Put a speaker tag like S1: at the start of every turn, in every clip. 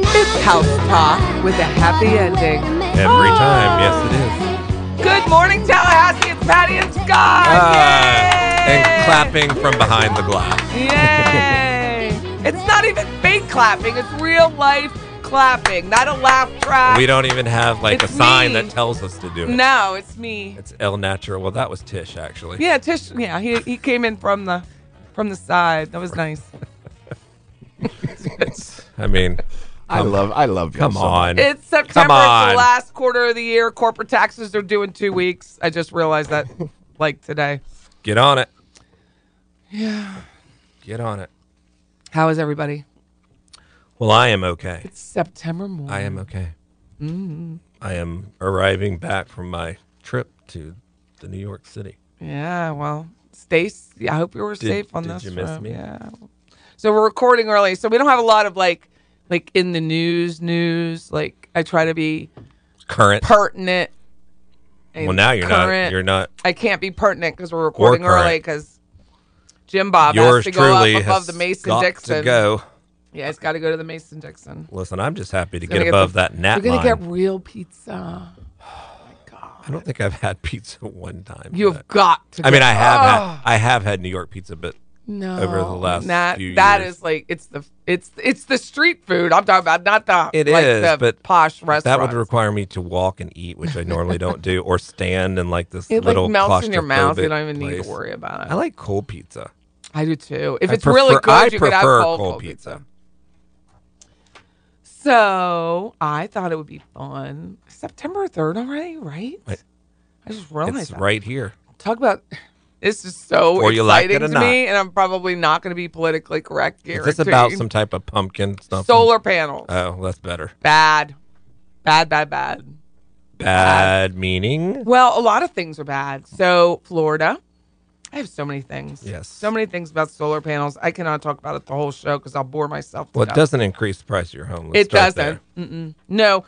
S1: nine
S2: It's house talk with a happy ending.
S3: Every time, yes it is.
S2: Good morning, Tallahassee. It's Patty and Scott.
S3: Ah,
S2: Yay!
S3: and clapping from behind the glass.
S2: Yay! It's not even fake clapping. It's real life clapping. Not a laugh track.
S3: We don't even have like
S2: It's
S3: a sign
S2: me.
S3: that tells us to do it.
S2: No, it's me.
S3: It's El Natural. Well, that was Tish actually.
S2: Yeah, Tish. Yeah, he he came in from the from the side. That was nice.
S3: It's, I mean,
S4: I love, I love. y'all
S3: come
S4: so
S3: on.
S2: It's September. It's
S3: on.
S2: the last quarter of the year. Corporate taxes are due in two weeks. I just realized that, like today.
S3: Get on it. Yeah. Get on it.
S2: How is everybody?
S3: Well, I am okay.
S2: It's September morning.
S3: I am okay.
S2: Mm-hmm.
S3: I am arriving back from my trip to the New York City.
S2: Yeah, well, stay. s- I hope you were safe on
S3: did
S2: this.
S3: you miss
S2: road.
S3: me?
S2: Yeah. So we're recording early, so we don't have a lot of like, like in the news, news. Like I try to be
S3: Current.
S2: pertinent. and
S3: well, now you're
S2: current.
S3: not. You're not.
S2: I can't be pertinent because we're recording
S3: current.
S2: early because Jim Bob has
S3: yours
S2: to go up
S3: truly
S2: above
S3: has
S2: the Mason
S3: got
S2: Dixon.
S3: to go.
S2: Yeah, he's got to go to the Mason Dixon.
S3: Listen, I'm just happy to
S2: gonna
S3: get
S2: get
S3: above
S2: the-
S3: that nat
S2: We're gonna
S3: line.
S2: get real pizza.
S3: I don't think I've had pizza one time.
S2: You
S3: but-
S2: have got to.
S3: I mean, I have.
S2: Oh.
S3: Had, I have had New York pizza, but
S2: no
S3: over the last
S2: that
S3: few
S2: that
S3: years.
S2: is like it's the it's it's the street food I'm talking about, not the
S3: It
S2: like
S3: is,
S2: the
S3: but
S2: posh restaurant.
S3: that would require me to walk and eat, which I normally don't do, or stand in like this
S2: it
S3: little
S2: like melts in your mouth. You
S3: claustrophobic
S2: don't even need
S3: place.
S2: to worry about it.
S3: I like cold pizza.
S2: I do too. If
S3: I
S2: it's really
S3: prefer-
S2: good,
S3: I
S2: you could have
S3: prefer
S2: cold,
S3: cold
S2: cold pizza.
S3: pizza.
S2: So I thought it would be fun. September third already, right? I,
S3: I-
S2: just realized
S3: it's
S2: that.
S3: right here.
S2: Talk about this is so
S3: Or you like
S2: exciting
S3: it or
S2: to
S3: not.
S2: me, and I'm probably not going to be politically correct.
S3: Is this about
S2: guaranteed.
S3: some type of pumpkin stuff?
S2: solar panels?
S3: Oh, that's better.
S2: bad, bad, bad, bad.
S3: Bad meaning.
S2: Well, a lot of things are bad. So, Florida, I have so many things.
S3: Yes.
S2: So many things about solar panels. I cannot talk about it the whole show because I'll bore myself. to
S3: Well, it
S2: death.
S3: doesn't increase the price of your home. Let's
S2: It
S3: start
S2: doesn't. Mm-mm. No.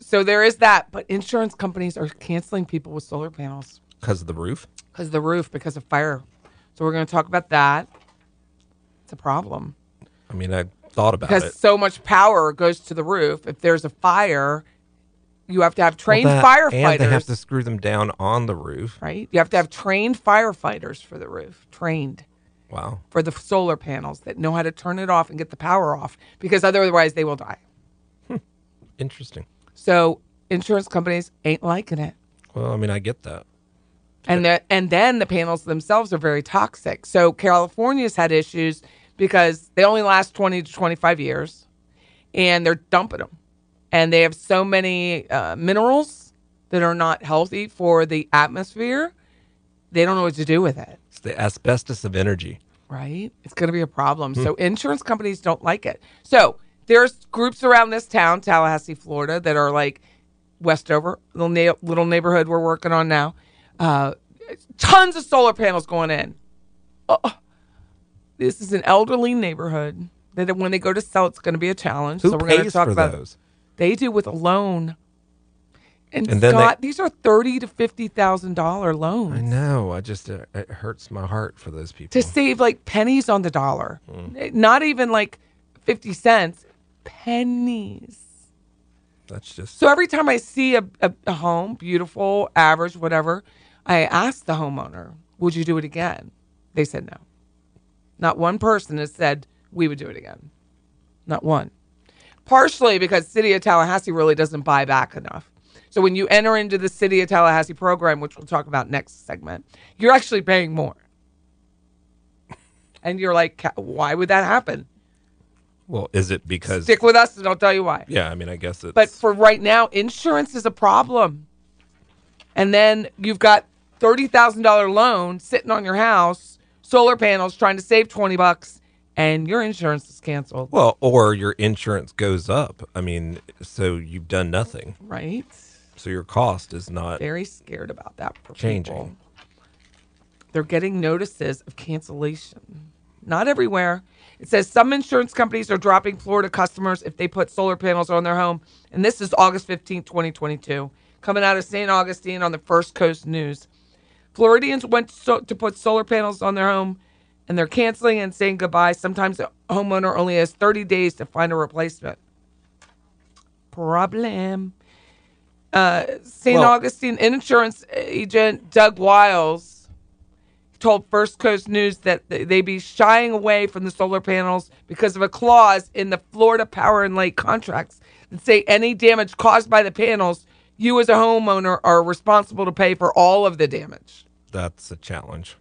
S2: So, there is that. But insurance companies are canceling people with solar panels
S3: because of the roof.
S2: because the roof, because of fire. So, we're going to talk about that. It's a problem
S3: I mean, I thought about
S2: because
S3: it.
S2: so much power goes to the roof. If there's a fire, you have to have trained
S3: Well, that-
S2: firefighters.
S3: And they have to screw them down on the roof.
S2: right? You have to have trained firefighters for the roof, trained
S3: Wow.
S2: for the solar panels that know how to turn it off and get the power off because otherwise they will die.
S3: Interesting.
S2: So insurance companies ain't liking it.
S3: Well, I mean, I get that.
S2: and the, and then the panels themselves are very toxic. So California's had issues because they only last 20 to 25 years and they're dumping them. And they have so many uh, minerals that are not healthy for the atmosphere. They don't know what to do with it,
S3: It's the asbestos of energy.
S2: right? It's going to be a problem.
S3: Hmm.
S2: So insurance companies don't like it. So there's groups around this town, Tallahassee, Florida, that are like Westover, little, na- little neighborhood we're working on now. Uh, tons of solar panels going in. Oh, this is an elderly neighborhood that when they go to sell, it's going to be a challenge.
S3: Who
S2: so we're going to
S3: pays
S2: talk
S3: for
S2: about
S3: those?
S2: they do with a loan. And,
S3: And then they-
S2: Scott, these are thirty to fifty thousand dollar
S3: I
S2: loans
S3: know. I just uh, it hurts my heart for those people.
S2: to save like pennies on the dollar, not even like fifty cents, pennies.
S3: That's just
S2: So every time I see a, a, a home, beautiful, average, whatever, I ask the homeowner, would you do it again? They said no. Not one person has said, we would do it again. Not one. Partially because City of Tallahassee really doesn't buy back enough. So when you enter into the City of Tallahassee program, which we'll talk about next segment, you're actually paying more. And you're like, "Ca- why would that happen?
S3: well. Is it because?
S2: Stick with us and I'll tell you why.
S3: yeah, I mean, I guess it's.
S2: But for right now, insurance is a problem. And then you've got thirty thousand dollar loan sitting on your house, solar panels, trying to save twenty bucks, and your insurance is canceled.
S3: well, or your insurance goes up. I mean, so you've done nothing.
S2: Right?
S3: So your cost is not.
S2: Very scared about that for
S3: Changing.
S2: people. They're getting notices of cancellation. Not everywhere. It says some insurance companies are dropping Florida customers if they put solar panels on their home. And this is August fifteenth, 2022, coming out of St. Augustine on the First Coast News. Floridians went so, to put solar panels on their home and they're canceling and saying goodbye. Sometimes the homeowner only has 30 days to find a replacement. Problem. Uh, St.
S3: Well-
S2: Augustine insurance agent Doug Wiles told First Coast News that th- they'd be shying away from the solar panels because of a clause in the Florida Power and Light contracts that say any damage caused by the panels, you as a homeowner are responsible to pay for all of the damage.
S3: That's a challenge.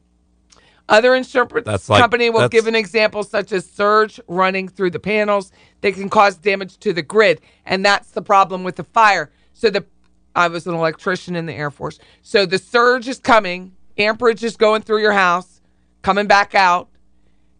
S2: Other insurance
S3: That's like-
S2: company will
S3: that's-
S2: give an example such as surge running through the panels that can cause damage to the grid, and that's the problem with the fire. So the I was an electrician in the Air Force. So the surge is coming, amperage is going through your house, coming back out,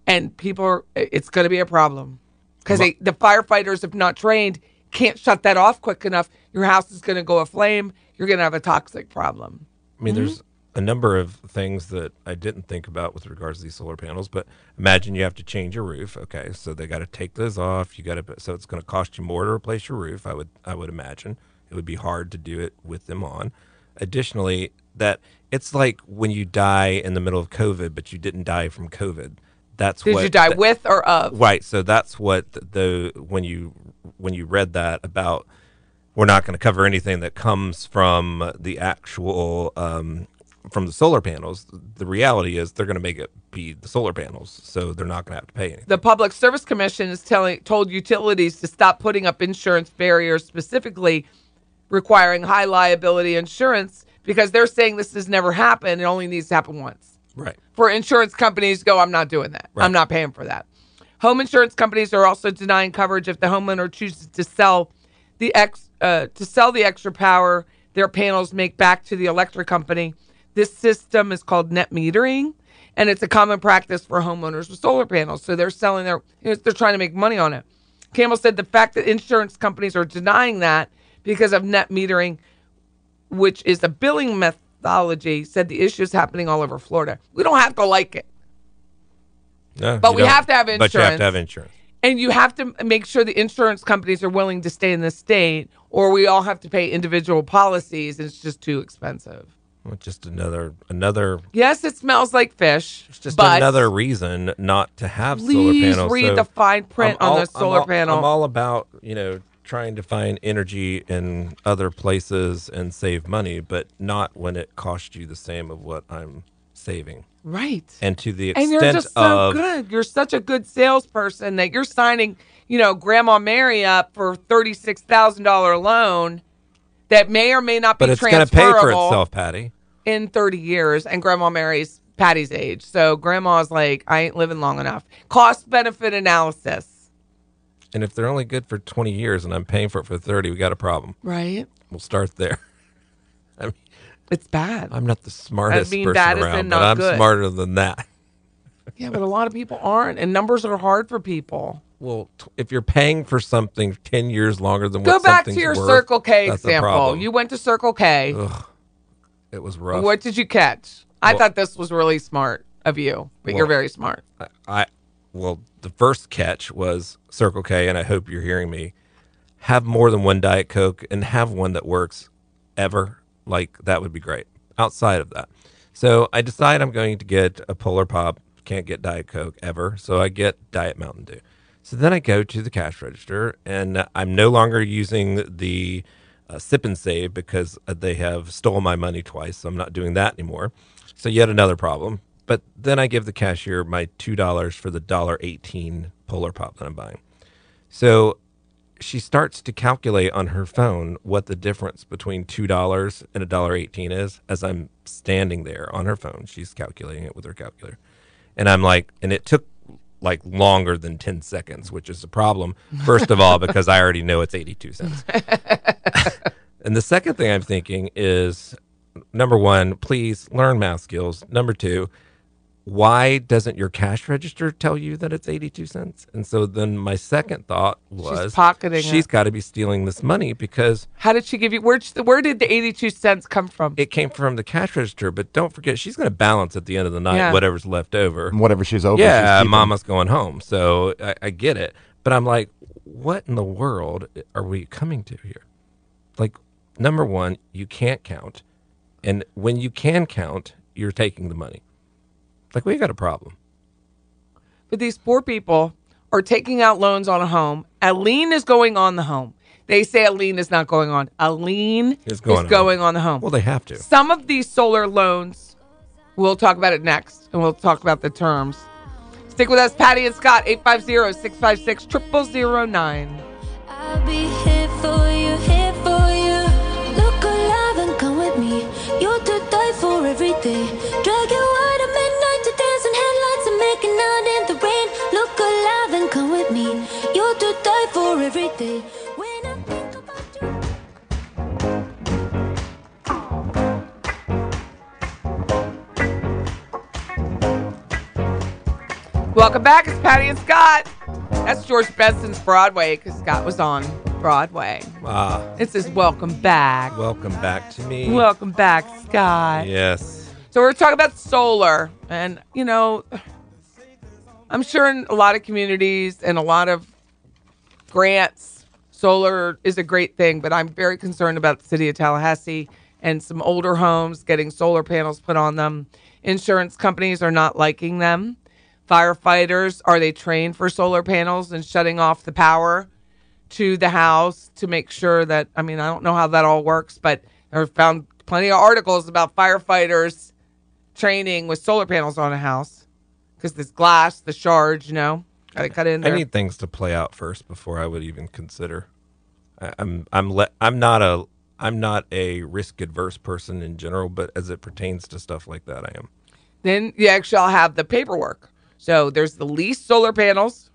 S2: and people are it's going to be a problem because the firefighters if not trained can't shut that off quick enough. Your house is going to go aflame. You're going to have a toxic problem.
S3: I mean, there's
S2: Mm-hmm.
S3: a number of things that I didn't think about with regards to these solar panels, but imagine you have to change your roof. Okay, so they got to take those off. You got to, so it's going to cost you more to replace your roof. I would, I would imagine it would be hard to do it with them on. Additionally, that it's like when you die in the middle of COVID, but you didn't die from COVID. That's
S2: Did
S3: what
S2: you die
S3: that-
S2: with or of?
S3: Right. So that's what th- the when you when you read that about we're not going to cover anything that comes from the actual um, from the solar panels. The reality is they're going to make it be the solar panels, so they're not going to have to pay anything.
S2: the Public Service Commission is telling told utilities to stop putting up insurance barriers specifically requiring high liability insurance because they're saying this has never happened. It only needs to happen once.
S3: Right.
S2: For insurance companies to go, I'm not doing that. I'm not paying for that. Home insurance companies are also denying coverage if the homeowner chooses to sell the ex uh, to sell the extra power their panels make back to the electric company. This system is called net metering, and it's a common practice for homeowners with solar panels. So they're selling their you know, they're trying to make money on it. Campbell said the fact that insurance companies are denying that because of net metering which is a billing methodology, said the issue is happening all over Florida. We don't have to like it.
S3: No,
S2: But
S3: you
S2: we
S3: don't.
S2: have to have
S3: But you have
S2: insurance.
S3: to have insurance.
S2: And you have to make sure the insurance companies are willing to stay in the state, or we all have to pay individual policies. And it's just too expensive.
S3: Well, Just another another
S2: Yes, it smells like fish. It's
S3: just
S2: but
S3: another reason not to have solar
S2: Please
S3: panels.
S2: read
S3: So
S2: the fine print
S3: I'm
S2: on
S3: all-
S2: the solar
S3: I'm all,
S2: panel.
S3: I'm all about you know trying to find energy in other places and save money, but not when it costs you the same of what I'm saving.
S2: Right.
S3: And to the
S2: And
S3: extent
S2: you're just so
S3: of
S2: good. You're such a good salesperson that you're signing, you know, Grandma Mary up for thirty six thousand dollar loan that may or may not
S3: but
S2: be
S3: it's going to pay
S2: transferable
S3: for itself, Patty.
S2: in thirty years. And Grandma Mary's Patty's age, so Grandma's like, I ain't living long enough. Cost benefit analysis,
S3: And if they're only good for 20 years and I'm paying for it for 30, we got a problem.
S2: right?
S3: We'll start there. I mean,
S2: It's bad.
S3: I'm not the smartest
S2: mean,
S3: person
S2: bad as in
S3: around, but
S2: not
S3: I'm
S2: good.
S3: smarter than that.
S2: yeah, but a lot of people aren't, and numbers are hard for people.
S3: Well, t- if you're paying for something 10 years longer than
S2: Go
S3: what
S2: back to
S3: something's
S2: your
S3: worth,
S2: Circle K
S3: that's a
S2: example.
S3: problem.
S2: You went to Circle K.
S3: it was rough.
S2: What did you catch? I
S3: Well-
S2: thought this was really smart of you, but you're
S3: Well-
S2: very smart.
S3: I well, the first catch was Circle K, and I hope you're hearing me. Have more than one Diet Coke and have one that works ever. Like that would be great. Outside of that, so I decide I'm going to get a Polar Pop. Can't get Diet Coke ever, so I get Diet Mountain Dew. So then I go to the cash register, and I'm no longer using the uh, sip and save because uh, they have stole my money twice. So I'm not doing that anymore. So yet another problem. But then I give the cashier my two dollars for the dollar eighteen polar pop that I'm buying. So she starts to calculate on her phone what the difference between two dollars and a dollar eighteen is as I'm standing there on her phone. She's calculating it with her calculator. And I'm like, and it took like longer than 10 seconds, which is a problem. First of all, because I already know it's 82 cents. And the second thing I'm thinking is number one, please learn math skills. Number two, why doesn't your cash register tell you that it's 82 cents? And so then my second thought was
S2: pocketing
S3: she's
S2: it.
S3: got to be stealing this money because
S2: How did she give you? Where where did the eighty two cents come from?
S3: it came from the cash register. But don't forget, she's going to balance at the end of the night
S2: Yeah.
S3: whatever's left over.
S4: Whatever she's over. she's
S3: Yeah,
S4: keeping.
S3: mama's going home. So I, I get it. But I'm like, what in the world are we coming to here? Like, number one, you can't count. And when you can count, you're taking the money. Like, we got a problem.
S2: but these poor people are taking out loans on a home. A lien is going on the home. They say a lien is not going on. A lien
S3: It's going
S2: is
S3: on.
S2: going on the home.
S3: Well, they have to.
S2: Some of these solar loans, we'll talk about it next, and we'll talk about the terms. Stick with us, Patty and Scott, 850 656 0009.
S1: I'll be here for you, here for you. Look alive and come with me. You're to die for every day. Drag you out at midnight to dance in headlights and make it out in the rain. Look alive and come with me. You're to die for every day. When I think about you.
S2: Welcome back. It's Patty and Scott. That's George Benson's Broadway because Scott was on Broadway.
S3: Ah,
S2: This is Welcome Back.
S3: welcome back to me.
S2: Welcome back, Scott.
S3: yes.
S2: So we're talking about solar, and you know, I'm sure in a lot of communities and a lot of grants, solar is a great thing. But I'm very concerned about the city of Tallahassee and some older homes getting solar panels put on them. Insurance companies are not liking them. Firefighters are they trained for solar panels and shutting off the power? to the house to make sure that I mean I don't know how that all works, but I found plenty of articles about firefighters training with solar panels on a house because this glass, the shards, you know, got to cut in
S3: I
S2: there.
S3: need things to play out first before I would even consider. I, I'm I'm le- I'm not a I'm not a risk adverse person in general, but as it pertains to stuff like that, I am.
S2: then you actually all have the paperwork. So there's the lease solar panels,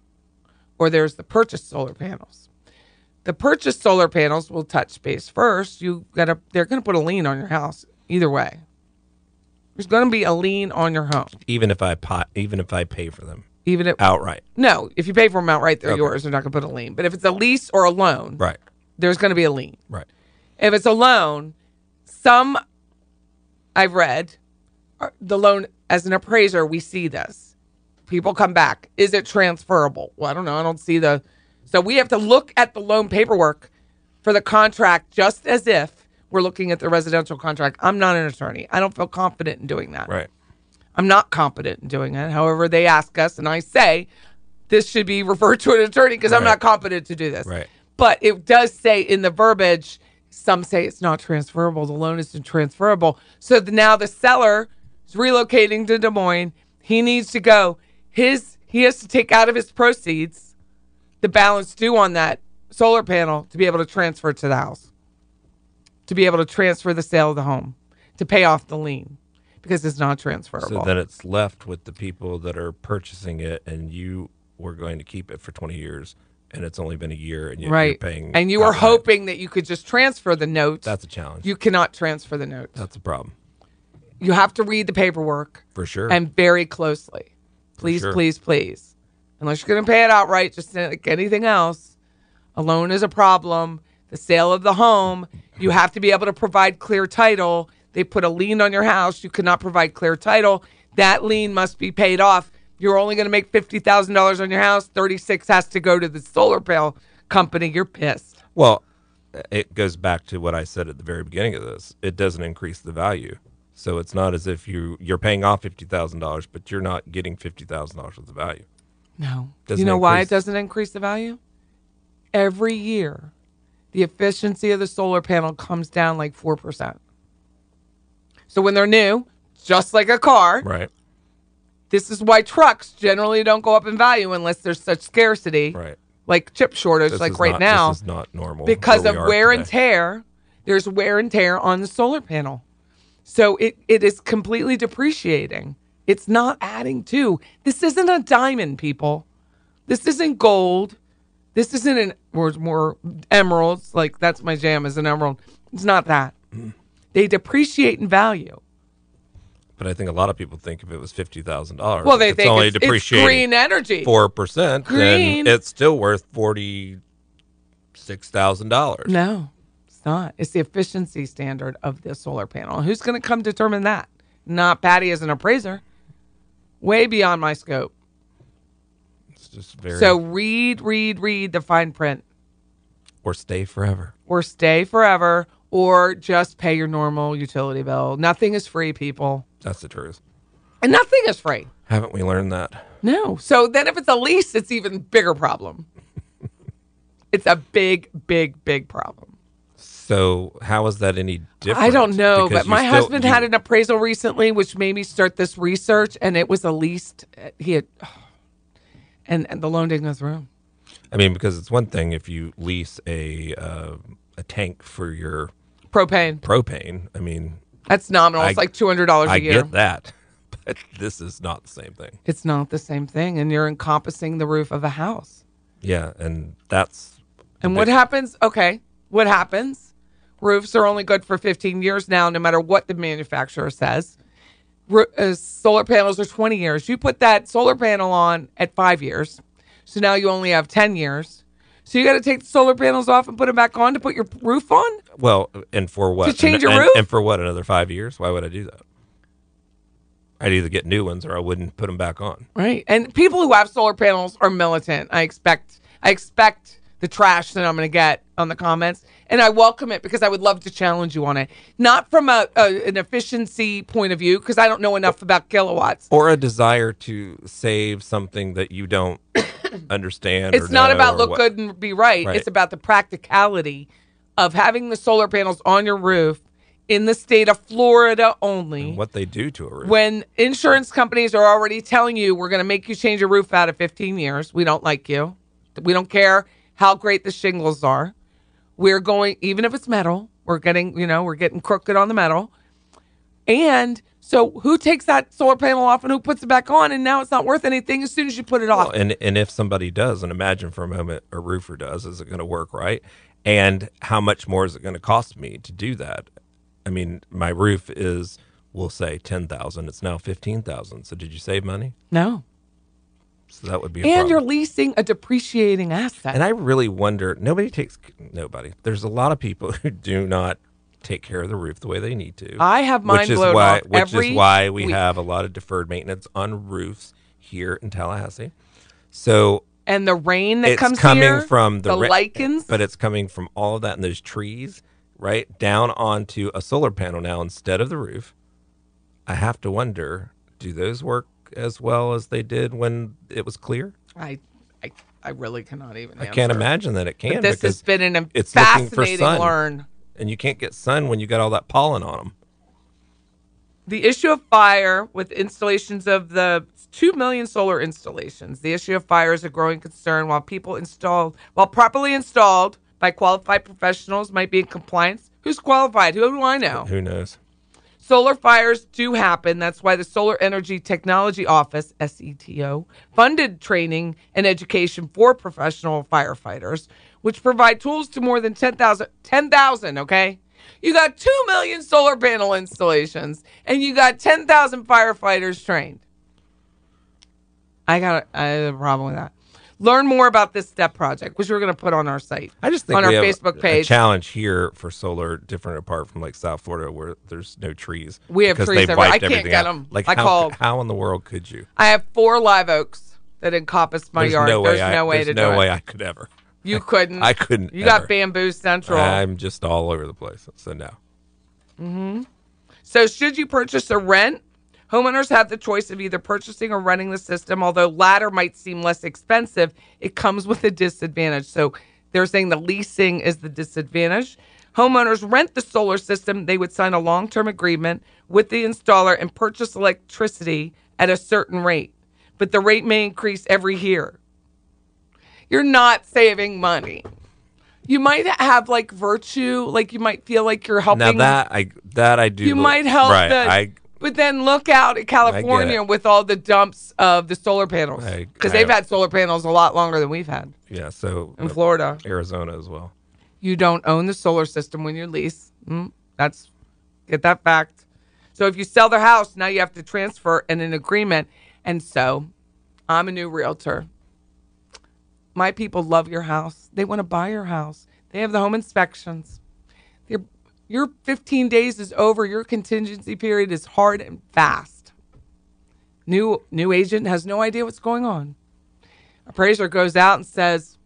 S2: or there's the purchase solar panels. The purchase solar panels will touch base first. You gotta they're gonna put a lien on your house either way. There's gonna be a lien on your home,
S3: even if I pot, even if I pay for them
S2: even if
S3: outright.
S2: No, if you pay for them outright, they're
S3: Okay.
S2: yours. They're not going to put a lien. But if it's a lease or a loan,
S3: Right.
S2: there's going to be a lien.
S3: Right.
S2: If it's a loan, some I've read are- the loan as an appraiser, we see this. People come back. Is it transferable? Well, I don't know. I don't see the. So we have to look at the loan paperwork for the contract just as if we're looking at the residential contract. I'm not an attorney. I don't feel confident in doing that.
S3: Right.
S2: I'm not competent in doing it. However, they ask us, and I say, this should be referred to an attorney because I'm
S3: Right.
S2: not competent to do this.
S3: Right.
S2: But it does say in the verbiage, some say it's not transferable. The loan isn't transferable. So the, now the seller is relocating to Des Moines. He needs to go. His he has to take out of his proceeds the balance due on that solar panel to be able to transfer it to the house, to be able to transfer the sale of the home, to pay off the lien because it's not transferable.
S3: So then it's left with the people that are purchasing it, and you were going to keep it for 20 years, and it's only been a year, and you're, you're
S2: right.
S3: paying.
S2: and you were
S3: outright.
S2: hoping that you could just transfer the note.
S3: That's a challenge.
S2: you cannot transfer the note.
S3: That's a problem
S2: You have to read the paperwork
S3: for sure.
S2: and very closely. Please,
S3: sure.
S2: please, please. Unless you're going to pay it outright, just like anything else, a loan is a problem. The sale of the home, you have to be able to provide clear title. They put a lien on your house. You cannot provide clear title. That lien must be paid off. You're only going to make fifty thousand dollars on your house. Thirty six has to go to the solar panel company. You're pissed.
S3: well, it goes back to what I said at the very beginning of this. It doesn't increase the value, so it's not as if you you're paying off fifty thousand dollars, but you're not getting fifty thousand dollars worth of value.
S2: No. you
S3: Doesn't
S2: know why it
S3: increase-
S2: doesn't increase the value? Every year, the efficiency of the solar panel comes down like 4%. So when they're new, just like a car,
S3: Right.
S2: this is why trucks generally don't go up in value unless there's such scarcity,
S3: Right.
S2: like chip shortage,
S3: This
S2: like
S3: is
S2: right
S3: not-
S2: now,
S3: this is not normal
S2: because
S3: where
S2: of
S3: we are
S2: wear and
S3: today.
S2: tear. There's wear and tear on the solar panel. So it, it is completely depreciating. It's not adding to. This isn't a diamond, people. This isn't gold. This isn't an or more emeralds. Like that's my jam is an emerald. It's not that.
S3: Mm.
S2: They depreciate in value.
S3: But I think a lot of people think if it was fifty thousand dollars,
S2: Well, they
S3: it's
S2: think
S3: only
S2: it's, it's
S3: depreciating
S2: green energy.
S3: four percent,
S2: Green.
S3: then it's still worth forty six thousand dollars.
S2: No, it's not. It's the efficiency standard of the solar panel. Who's going to come determine that? Not Patty as an appraiser. Way beyond my scope.
S3: It's just very
S2: So read, read, read the fine print
S3: or stay forever.
S2: or stay forever or just pay your normal utility bill. Nothing is free, people.
S3: That's the truth.
S2: And nothing is free.
S3: Haven't we learned that?
S2: No. So then if it's a lease, it's even bigger problem. it's a big, big, big problem.
S3: So how is that any different?
S2: I don't know, but
S3: Because you
S2: my
S3: still-
S2: husband
S3: you-
S2: had an appraisal recently, which made me start this research, and it was a leased. He had, and, and the loan didn't go through.
S3: I mean, because it's one thing if you lease a uh, a tank for your
S2: Propane.
S3: propane. I mean,
S2: That's nominal. it's
S3: I-
S2: like two hundred dollars a
S3: I
S2: year.
S3: get that, but this is not the same thing.
S2: It's not the same thing, and you're encompassing the roof of a house.
S3: Yeah, and that's
S2: And what happens? Okay, what happens? Roofs are only good for 15 years now, no matter what the manufacturer says. Ro- uh, solar panels are 20 years. You put that solar panel on at five years, so now you only have 10 years. So you got to take the solar panels off and put them back on to put your roof on.
S3: Well, and for what?
S2: To change
S3: and,
S2: your
S3: and-
S2: roof?
S3: And for what? Another five years? Why would I do that? I'd either get new ones or I wouldn't put them back on.
S2: Right. And people who have solar panels are militant. I expect I expect the trash that I'm going to get on the comments, and I welcome it because I would love to challenge you on it. Not from a, a an efficiency point of view because I don't know enough about kilowatts.
S3: Or a desire to save something that you don't understand.
S2: It's
S3: or
S2: not
S3: know
S2: about
S3: or
S2: look
S3: what-
S2: good and be right.
S3: Right.
S2: It's about the practicality of having the solar panels on your roof in the state of Florida only.
S3: and What they do to a roof.
S2: when insurance companies are already telling you we're going to make you change your roof out of 15 years we don't like you we don't care how great the shingles are we're going even if it's metal we're getting you know we're getting crooked on the metal and so who takes that solar panel off and who puts it back on and now it's not worth anything as soon as you put it off
S3: Well, and and if somebody does, and imagine for a moment a roofer does, is it going to work right? And how much more is it going to cost me to do that? I mean, my roof is, we'll say ten thousand. It's now fifteen thousand. So did you save money?
S2: no
S3: So that would be a
S2: and
S3: problem.
S2: you're leasing a depreciating asset
S3: And I really wonder. Nobody takes nobody. There's a lot of people who do not take care of the roof the way they need to.
S2: I have mine
S3: which is
S2: blown
S3: why,
S2: off
S3: which
S2: every
S3: is why we
S2: week.
S3: have a lot of deferred maintenance on roofs here in Tallahassee. So
S2: and the rain that
S3: it's
S2: comes
S3: coming
S2: here,
S3: from the, ra-
S2: lichens
S3: but it's coming from all of that and those trees right down onto a solar panel now instead of the roof. I have to wonder: Do those work as well as they did when it was clear?
S2: I, I I really cannot even.
S3: I can't
S2: answer.
S3: imagine that it can
S2: But this
S3: because
S2: has been an
S3: it's looking for
S2: fascinating
S3: sun.
S2: learn.
S3: and you can't get sun when you got all that pollen on them.
S2: The issue of fire with installations of the 2 million solar installations. The issue of fire is a growing concern while people installed, while properly installed by qualified professionals might be in compliance. Who's qualified? Who do I know?
S3: Who knows?
S2: Solar fires do happen. That's why the Solar Energy Technology Office, SETO, funded training and education for professional firefighters, which provide tools to more than 10,000. 10,000, okay? You got 2 million solar panel installations and you got 10,000 firefighters trained. I got a, I have a problem with that. Learn more about this STEP project, which we're going to put on our site.
S3: I just think
S2: on
S3: we
S2: our
S3: have
S2: Facebook
S3: a
S2: page.
S3: challenge here for solar different apart from like South Florida where there's no trees.
S2: We have
S3: because
S2: trees
S3: they've
S2: everywhere.
S3: wiped
S2: I can't
S3: everything
S2: get
S3: out.
S2: 'em.
S3: Like
S2: I
S3: how,
S2: called.
S3: how in the world could you?
S2: I have four live oaks that encompass my
S3: there's
S2: yard.
S3: no way.
S2: there's
S3: I,
S2: no way
S3: there's
S2: to
S3: no
S2: do
S3: way
S2: it.
S3: I could ever.
S2: You couldn't.
S3: I couldn't
S2: You
S3: ever.
S2: got bamboo central.
S3: I'm just all over the place. So no.
S2: so should you purchase or rent? Homeowners have the choice of either purchasing or renting the system. Although latter might seem less expensive, it comes with a disadvantage. So they're saying the leasing is the disadvantage. Homeowners rent the solar system. They would sign a long-term agreement with the installer and purchase electricity at a certain rate, but the rate may increase every year. You're not saving money. You might have like virtue, like you might feel like you're helping.
S3: Now that I that I do.
S2: You
S3: look-
S2: might help
S3: Right.
S2: the,
S3: I
S2: but then look out at California
S3: it.
S2: with all the dumps of the solar panels
S3: I-
S2: because
S3: I-
S2: they've had solar panels a lot longer than we've had
S3: yeah. So
S2: in Florida.
S3: Arizona as well.
S2: You don't own the solar system when you lease. Mm, that's get that fact. So if you sell their house, now you have to transfer and an agreement. And so, I'm a new realtor. My people love your house. They want to buy your house. They have the home inspections. Your your 15 days is over. Your contingency period is hard and fast. New new agent has no idea what's going on. Appraiser goes out and says,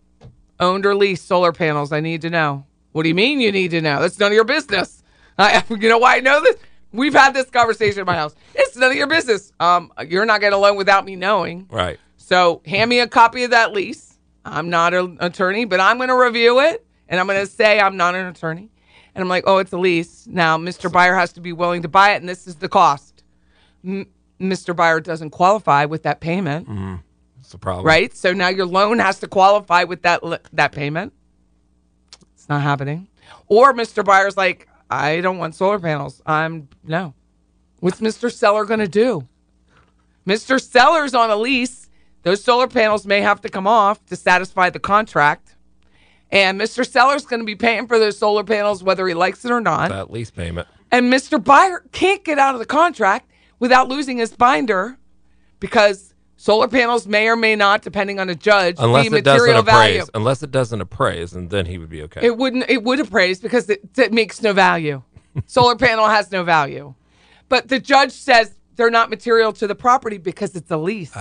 S2: "Owned or leased solar panels? I need to know." What do you mean you need to know? That's none of your business. I, you know why I know this? We've had this conversation at my house. It's none of your business. Um, you're not getting a loan without me knowing.
S3: Right.
S2: So hand me a copy of that lease. I'm not an attorney, but I'm going to review it and I'm going to say I'm not an attorney. And I'm like, oh, it's a lease. Now, Mr. Buyer has to be willing to buy it, and this is the cost. M- Mr. Buyer doesn't qualify with that payment,
S3: It's a problem.
S2: right? So now your loan has to qualify with that li- that payment. It's not happening. Or Mr. Buyer's like, I don't want solar panels. I'm no. What's Mr. Seller going to do? Mr. Seller's on a lease. Those solar panels may have to come off to satisfy the contract. And Mr. Seller's going to be paying for those solar panels whether he likes it or not.
S3: That lease payment.
S2: And Mr. Buyer can't get out of the contract without losing his binder because solar panels may or may not, depending on a judge,
S3: Unless
S2: be
S3: it doesn't
S2: material
S3: appraise.
S2: value.
S3: Unless it doesn't appraise, and then he would be okay.
S2: It wouldn't. It would appraise because it, it makes no value. Solar panel has no value, but the judge says they're not material to the property because it's a lease.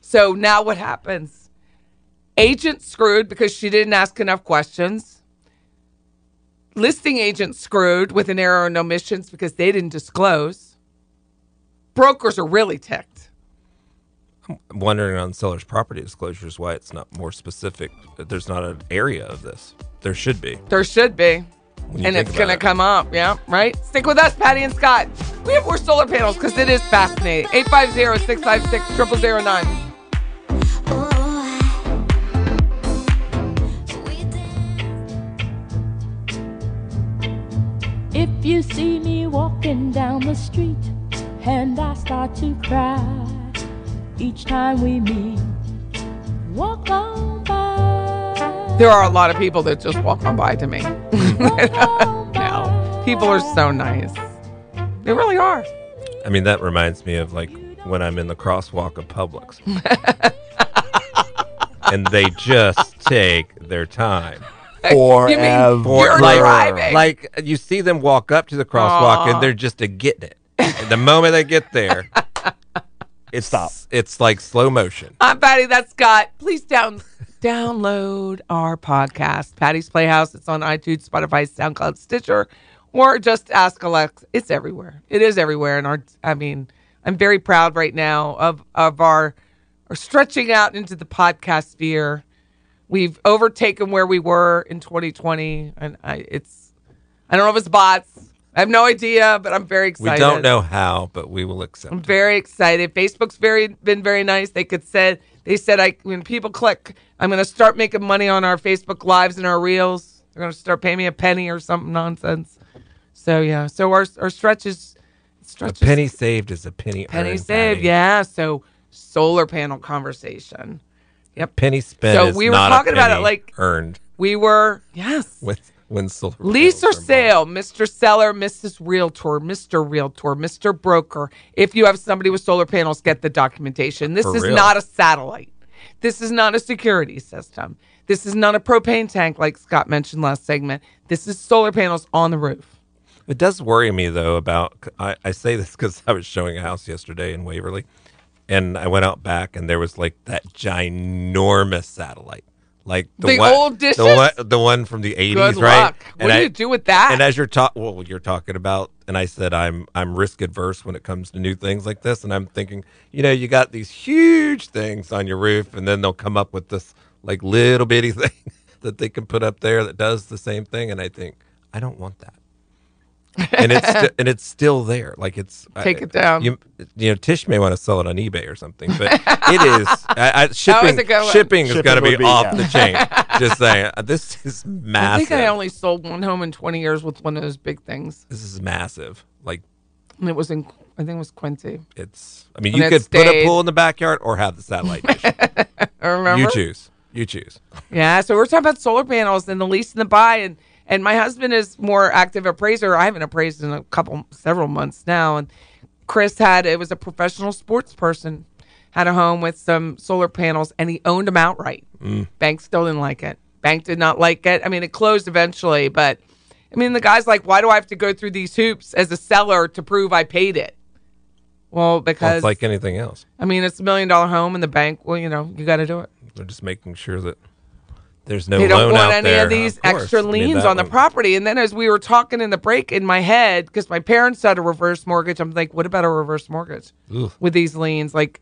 S2: So now what happens? Agent screwed because she didn't ask enough questions. Listing agent screwed with an error and omissions because they didn't disclose. Brokers are really ticked.
S3: I'm wondering on seller's property disclosures why it's not more specific. that There's not an area of this. There should be.
S2: There should be.
S3: when you
S2: and
S3: think
S2: it's
S3: about
S2: gonna
S3: it.
S2: come up. Yeah, right. Stick with us, Patty and Scott. We have more solar panels because it is fascinating. 850-656-0009.
S5: If you see me walking down the street and I start to cry each time we meet, walk on by.
S2: There are a lot of people that just walk on by to me.
S5: Walk
S3: Mm.
S5: on by.
S2: no, people are so nice. They really are.
S3: I mean, that reminds me of like when I'm in the crosswalk of Publix. and they just take their time.
S4: Forever.
S2: You mean you're
S3: like,
S2: driving?
S3: like you see them walk up to the crosswalk
S2: Aw.
S3: and they're just a getting it. And the moment they get there, it's
S4: Stop.
S3: It's like slow motion.
S2: I'm Patty. That's Scott. Please down download our podcast, Patty's Playhouse. It's on iTunes, Spotify, SoundCloud, Stitcher, or just ask Alexa. It's everywhere. It is everywhere. And our, I mean, I'm very proud right now of of our are stretching out into the podcast sphere. We've overtaken where we were in 2020, and I it's I don't know if it's bots. I have no idea, but I'm very
S3: We
S2: excited.
S3: don't know how, but we will accept.
S2: I'm
S3: it.
S2: very excited. Facebook's very been very nice. They could said they said I when people click, I'm going to start making money on our Facebook lives and our reels. They're going to start paying me a penny or some nonsense. So yeah, so our our stretch is
S3: A
S2: stretch is-
S3: penny saved is a penny.
S2: penny
S3: earned,
S2: saved.
S3: Patty.
S2: Yeah, so solar panel conversation.
S3: Penny spent.
S2: So
S3: is
S2: we were
S3: not a
S2: talking about it,
S3: penny
S2: like-
S3: earned
S2: We were yes.
S3: with when solar
S2: Lease or
S3: panels are bought.
S2: sale, Mr. Seller, Mrs. Realtor, Mr. Realtor, Mr. Broker. If you have somebody with solar panels, get the documentation. This
S3: For
S2: is
S3: real.
S2: not a satellite. This is not a security system. This is not a propane tank like Scott mentioned last segment. This is solar panels on the roof.
S3: It does worry me though about I, I say this because I was showing a house yesterday in Waverly, and I went out back and there was like that ginormous satellite, like
S2: The
S3: one,
S2: old dishes?
S3: the one, the one from the eighties,
S2: Good
S3: right?
S2: luck. What do you do with that?
S3: And as you're talking, well, you're talking about, and I said I'm I'm risk adverse when it comes to new things like this, and I'm thinking, you know, you got these huge things on your roof, and then they'll come up with this like little bitty thing that they can put up there that does the same thing, and I think I don't want that and it's sti- and it's still there. Like it's
S2: Take it down.
S3: You, you know, Tish may want to sell it on eBay or something, but it is I, I, shipping.
S2: a good one.
S3: Shipping is
S4: Shipping
S3: going to be,
S4: would be,
S3: off
S4: yeah.
S3: the chain. Just saying, Uh, this is massive.
S2: I think I only sold one home in 20 years with one of those big things.
S3: this is massive. Like
S2: And it was in, I think it was Quincy.
S3: it's. I mean,
S2: And
S3: you
S2: it
S3: could put a
S2: stayed.
S3: pool in the backyard or have the satellite dish.
S2: I remember.
S3: you choose. You choose.
S2: Yeah, so we're talking about solar panels and the lease and the buy, and and my husband is more active appraiser. I haven't appraised in a couple, several months now, and Chris had it was a professional sports person had a home with some solar panels, and he owned them outright.
S3: Mm.
S2: Bank still didn't like it. Bank did not like it. I mean, it closed eventually, but I mean, the guy's like, "Why do I have to go through these hoops as a seller to prove I paid it?" Well,
S3: Well,
S2: because
S3: it's like anything else.
S2: I mean, it's a million dollar home, and the bank, well, you know, you got to do it.
S3: They're just making sure that there's no
S2: They don't
S3: loan
S2: want
S3: out
S2: any
S3: there.
S2: of these
S3: course.
S2: extra
S3: I mean,
S2: liens
S3: that
S2: on the
S3: one-
S2: property. And then as we were talking in the break in my head, because my parents had a reverse mortgage, I'm like, what about a reverse mortgage
S3: Ugh.
S2: with these liens? Like,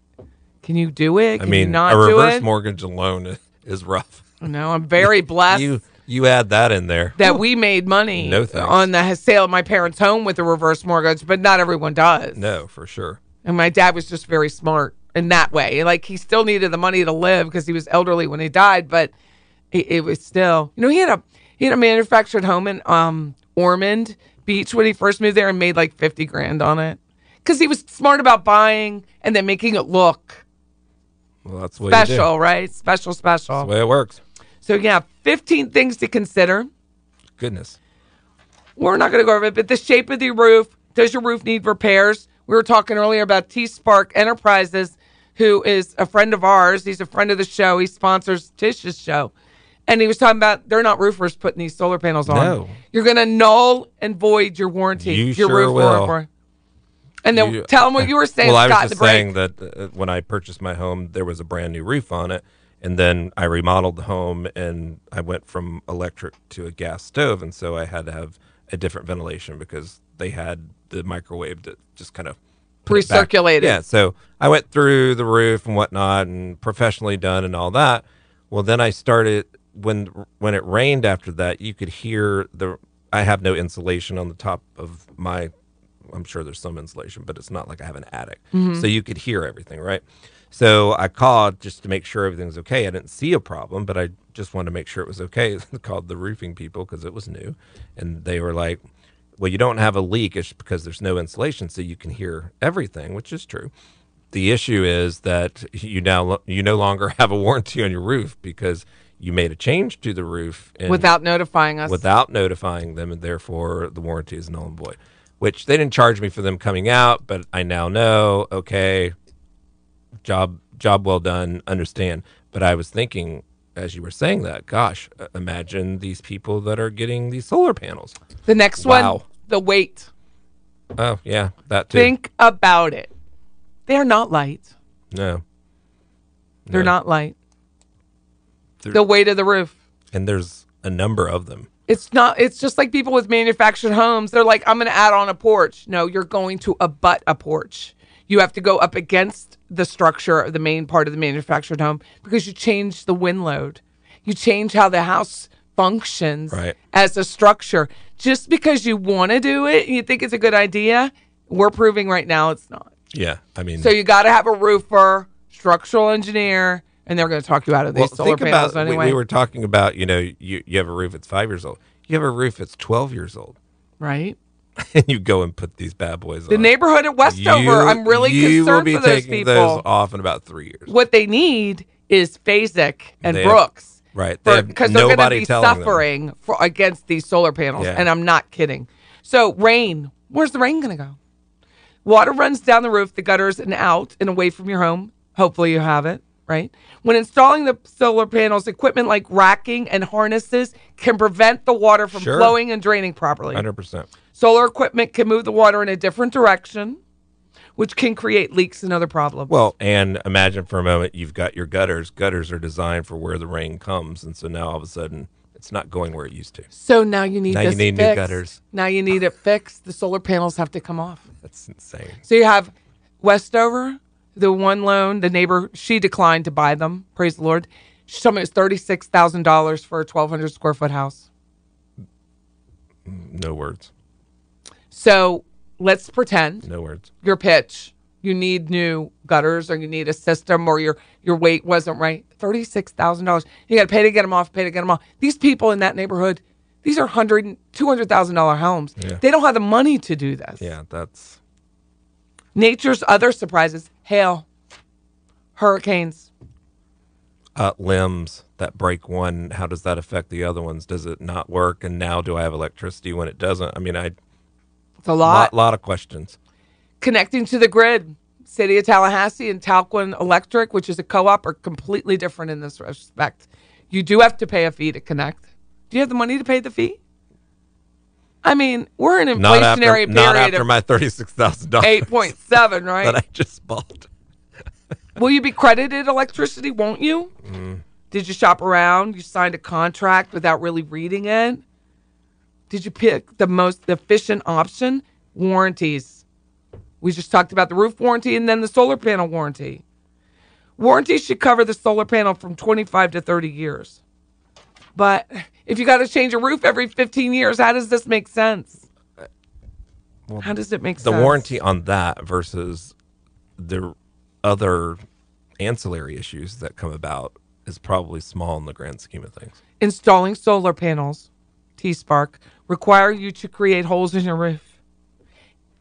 S2: can you do it?
S3: I
S2: Can you
S3: mean,
S2: not
S3: a reverse
S2: do it?
S3: mortgage alone is rough.
S2: no, I'm very blessed
S3: You you add that in there.
S2: that we made money
S3: No thanks.
S2: on the sale of my parents' home with a reverse mortgage, but not everyone does.
S3: no, for sure.
S2: And my dad was just very smart in that way. Like he still needed the money to live because he was elderly when he died, but it, it was still, you know, he had a he had a manufactured home in um Ormond Beach when he first moved there and made like fifty grand on it because he was smart about buying and then making it look
S3: Well, that's what You do.
S2: special, right? Special, special.
S3: That's the way it works.
S2: So yeah, fifteen things to consider.
S3: Goodness.
S2: we're not going to go over it, but the shape of the roof. Does your roof need repairs? We were talking earlier about T Spark Enterprises, who is a friend of ours. He's a friend of the show. He sponsors Tish's show. And he was talking about they're not roofers putting these solar panels on.
S3: No.
S2: You're going to null and void your warranty.
S3: You
S2: your
S3: sure
S2: roof
S3: will.
S2: warranty. And then
S3: You-
S2: tell them what you were saying,
S3: well, I
S2: Scott,
S3: was
S2: the
S3: just
S2: break.
S3: saying that uh, when I purchased my home, there was a brand new roof on it, and then I remodeled the home, and I went from electric to a gas stove, and so I had to have a different ventilation because they had the microwave that just kind of put it back.
S2: Recirculated.
S3: Yeah, so I went through the roof and whatnot, and professionally done and all that. Well, then I started when when it rained after that. You could hear the. I have no insulation on the top of my. I'm sure there's some insulation, but it's not like I have an attic, so you could hear everything, right? So I called just to make sure everything's okay. I didn't see a problem, but I just wanted to make sure it was okay. called the roofing people because it was new, and they were like, well, you don't have a leak it's because there's no insulation, so you can hear everything, which is true. The issue is that you now you no longer have a warranty on your roof because you made a change to the roof and
S2: Without notifying us.
S3: without notifying them, and therefore the warranty is null and void. Which they didn't charge me for them coming out, but I now know. Okay, job job well done. Understand. But I was thinking, as you were saying that, gosh, uh, imagine these people that are getting these solar panels.
S2: the next one,
S3: Wow.
S2: the weight.
S3: Oh yeah, that too.
S2: Think about it. They're not light.
S3: No.
S2: They're
S3: No.
S2: not light.
S3: They're-
S2: the weight of the roof.
S3: And there's a number of them.
S2: It's not. It's just like people with manufactured homes. They're like, I'm going to add on a porch. No, you're going to abut a porch. you have to go up against the structure of the main part of the manufactured home because you change the wind load. You change how the house functions
S3: Right.
S2: as a structure. Just because you want to do it and you think it's a good idea, we're proving right now it's not.
S3: Yeah, I mean,
S2: So you got to have a roofer, structural engineer, and they're going to talk you out of these
S3: well,
S2: solar
S3: think
S2: panels
S3: about we-
S2: anyway.
S3: we, were talking about you know you you have a roof that's five years old, you have a roof that's twelve years old,
S2: right?
S3: and you go and put these bad boys
S2: The
S3: on.
S2: neighborhood at Westover,
S3: You-
S2: I'm really
S3: you
S2: concerned
S3: will be
S2: for those
S3: taking
S2: people.
S3: those off in about three years.
S2: What they need is Fazek and
S3: They have-
S2: Brooks.
S3: Right, they have
S2: Because they're going to
S3: nobody
S2: be
S3: telling them.
S2: suffering for, against these solar panels.
S3: Yeah.
S2: And I'm not kidding. So, rain, where's the rain going to go? Water runs down the roof, the gutters, and out and away from your home. Hopefully, you have it, right? When installing the solar panels, equipment like racking and harnesses can prevent the water from
S3: Sure.
S2: flowing and draining properly.
S3: Hundred percent.
S2: Solar equipment can move the water in a different direction, which can create leaks and other problems.
S3: Well, and imagine for a moment you've got your gutters. Gutters are designed for where the rain comes, and so now all of a sudden it's not going where it used to.
S2: so now you need
S3: Now you
S2: this
S3: need new
S2: fixed.
S3: gutters.
S2: Now you need it fixed. The solar panels have to come off.
S3: That's insane.
S2: So you have Westover, the one loan, the neighbor, she declined to buy them. Praise the Lord. She told me it was $36,000 for a 1,200 square foot house.
S3: No words.
S2: So let's pretend
S3: No words.
S2: your pitch, you need new gutters or you need a system or your, your weight wasn't right. $36,000. You got to pay to get them off, pay to get them off. These people in that neighborhood, these are $100,000, $200,000 homes. They don't have the money to do this.
S3: Yeah, that's
S2: Nature's other surprises hail, hurricanes.
S3: uh, limbs that break one. How does that affect the other ones? Does it not work? And now do I have electricity when it doesn't? I mean, I
S2: It's a
S3: lot lot of questions.
S2: connecting to the grid. City of Tallahassee and Talquin Electric, which is a co-op, are completely different in this respect. You do have to pay a fee to connect. Do you have the money to pay the fee? I mean, we're in an inflationary
S3: Not after
S2: period
S3: not after
S2: of
S3: my thirty six thousand dollars.
S2: eight point seven, right?
S3: that I just bought.
S2: Will you be credited electricity? Won't you?
S3: Mm.
S2: Did you shop around? You signed a contract without really reading it? Did you pick the most efficient option? Warranties. We just talked about the roof warranty and then the solar panel warranty. Warranties should cover the solar panel from 25 to 30 years. But if you got to change a roof every 15 years, how does this make sense? how does it make
S3: the
S2: sense?
S3: warranty on that versus the other ancillary issues that come about is probably small in the grand scheme of things.
S2: installing solar panels, T Spark, require you to create holes in your roof.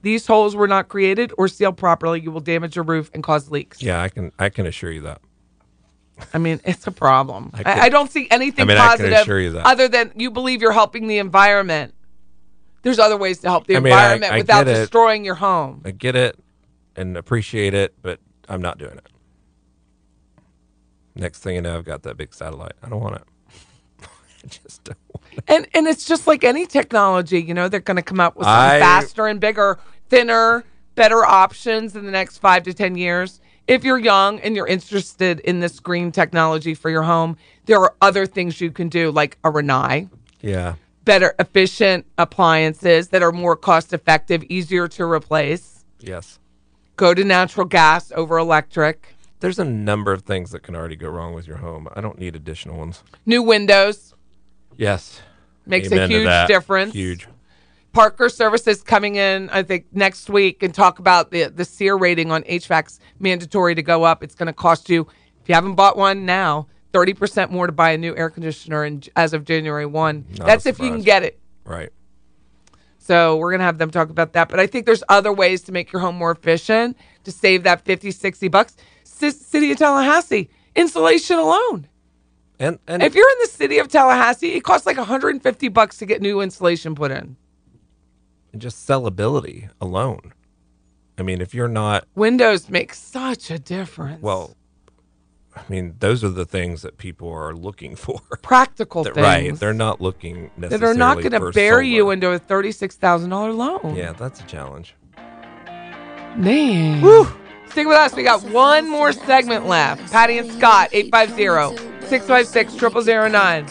S2: These holes were not created or sealed properly. You will damage your roof and cause leaks.
S3: Yeah, I can I can assure you that.
S2: I mean, it's a problem. I,
S3: I could-
S2: I don't see anything
S3: I mean, I can
S2: positive
S3: assure you that.
S2: other than you believe you're helping the environment. There's other ways to help the
S3: I mean, I-
S2: environment
S3: I
S2: without
S3: get it.
S2: destroying your home.
S3: I get it and appreciate it, but I'm not doing it. Next thing you know, I've got that big satellite. I don't want it. I just don't. Want it.
S2: And and it's just like any technology, you know, they're going to come up with something
S3: I-
S2: faster and bigger, thinner, better options in the next five to ten years. If you're young and you're interested in this green technology for your home, there are other things you can do, like a Renai,
S3: Yeah,
S2: better, efficient appliances that are more cost effective, easier to replace.
S3: yes.
S2: Go to natural gas over electric.
S3: There's a number of things that can already go wrong with your home. I don't need additional ones.
S2: New windows
S3: Yes,
S2: makes
S3: Amen
S2: a
S3: to
S2: huge
S3: that.
S2: difference.
S3: Huge.
S2: Parker Services coming in, I think, next week and talk about the, the SEER rating on HVACs mandatory to go up. It's going to cost you, if you haven't bought one now, 30% more to buy a new air conditioner and as of January 1.
S3: Not a
S2: That's if you can
S3: surprise.
S2: get it.
S3: Right.
S2: So we're going to have them talk about that. But I think there's other ways to make your home more efficient to save that 50, 60 bucks. C- city of Tallahassee, insulation alone.
S3: And and
S2: If you're in the city of Tallahassee, it costs like 150 bucks to get new insulation put in.
S3: and just sellability alone. I mean, if you're not
S2: Windows make such a difference.
S3: well, I mean, those are the things that people are looking for.
S2: practical
S3: That-
S2: things.
S3: right? They're not looking necessarily
S2: that are not going to
S3: for
S2: bury you
S3: solar.
S2: into a thirty-six thousand dollar loan.
S3: Yeah, that's a challenge.
S2: man. Stick with us. We got one more segment left. Patty and Scott, 850-656-0009.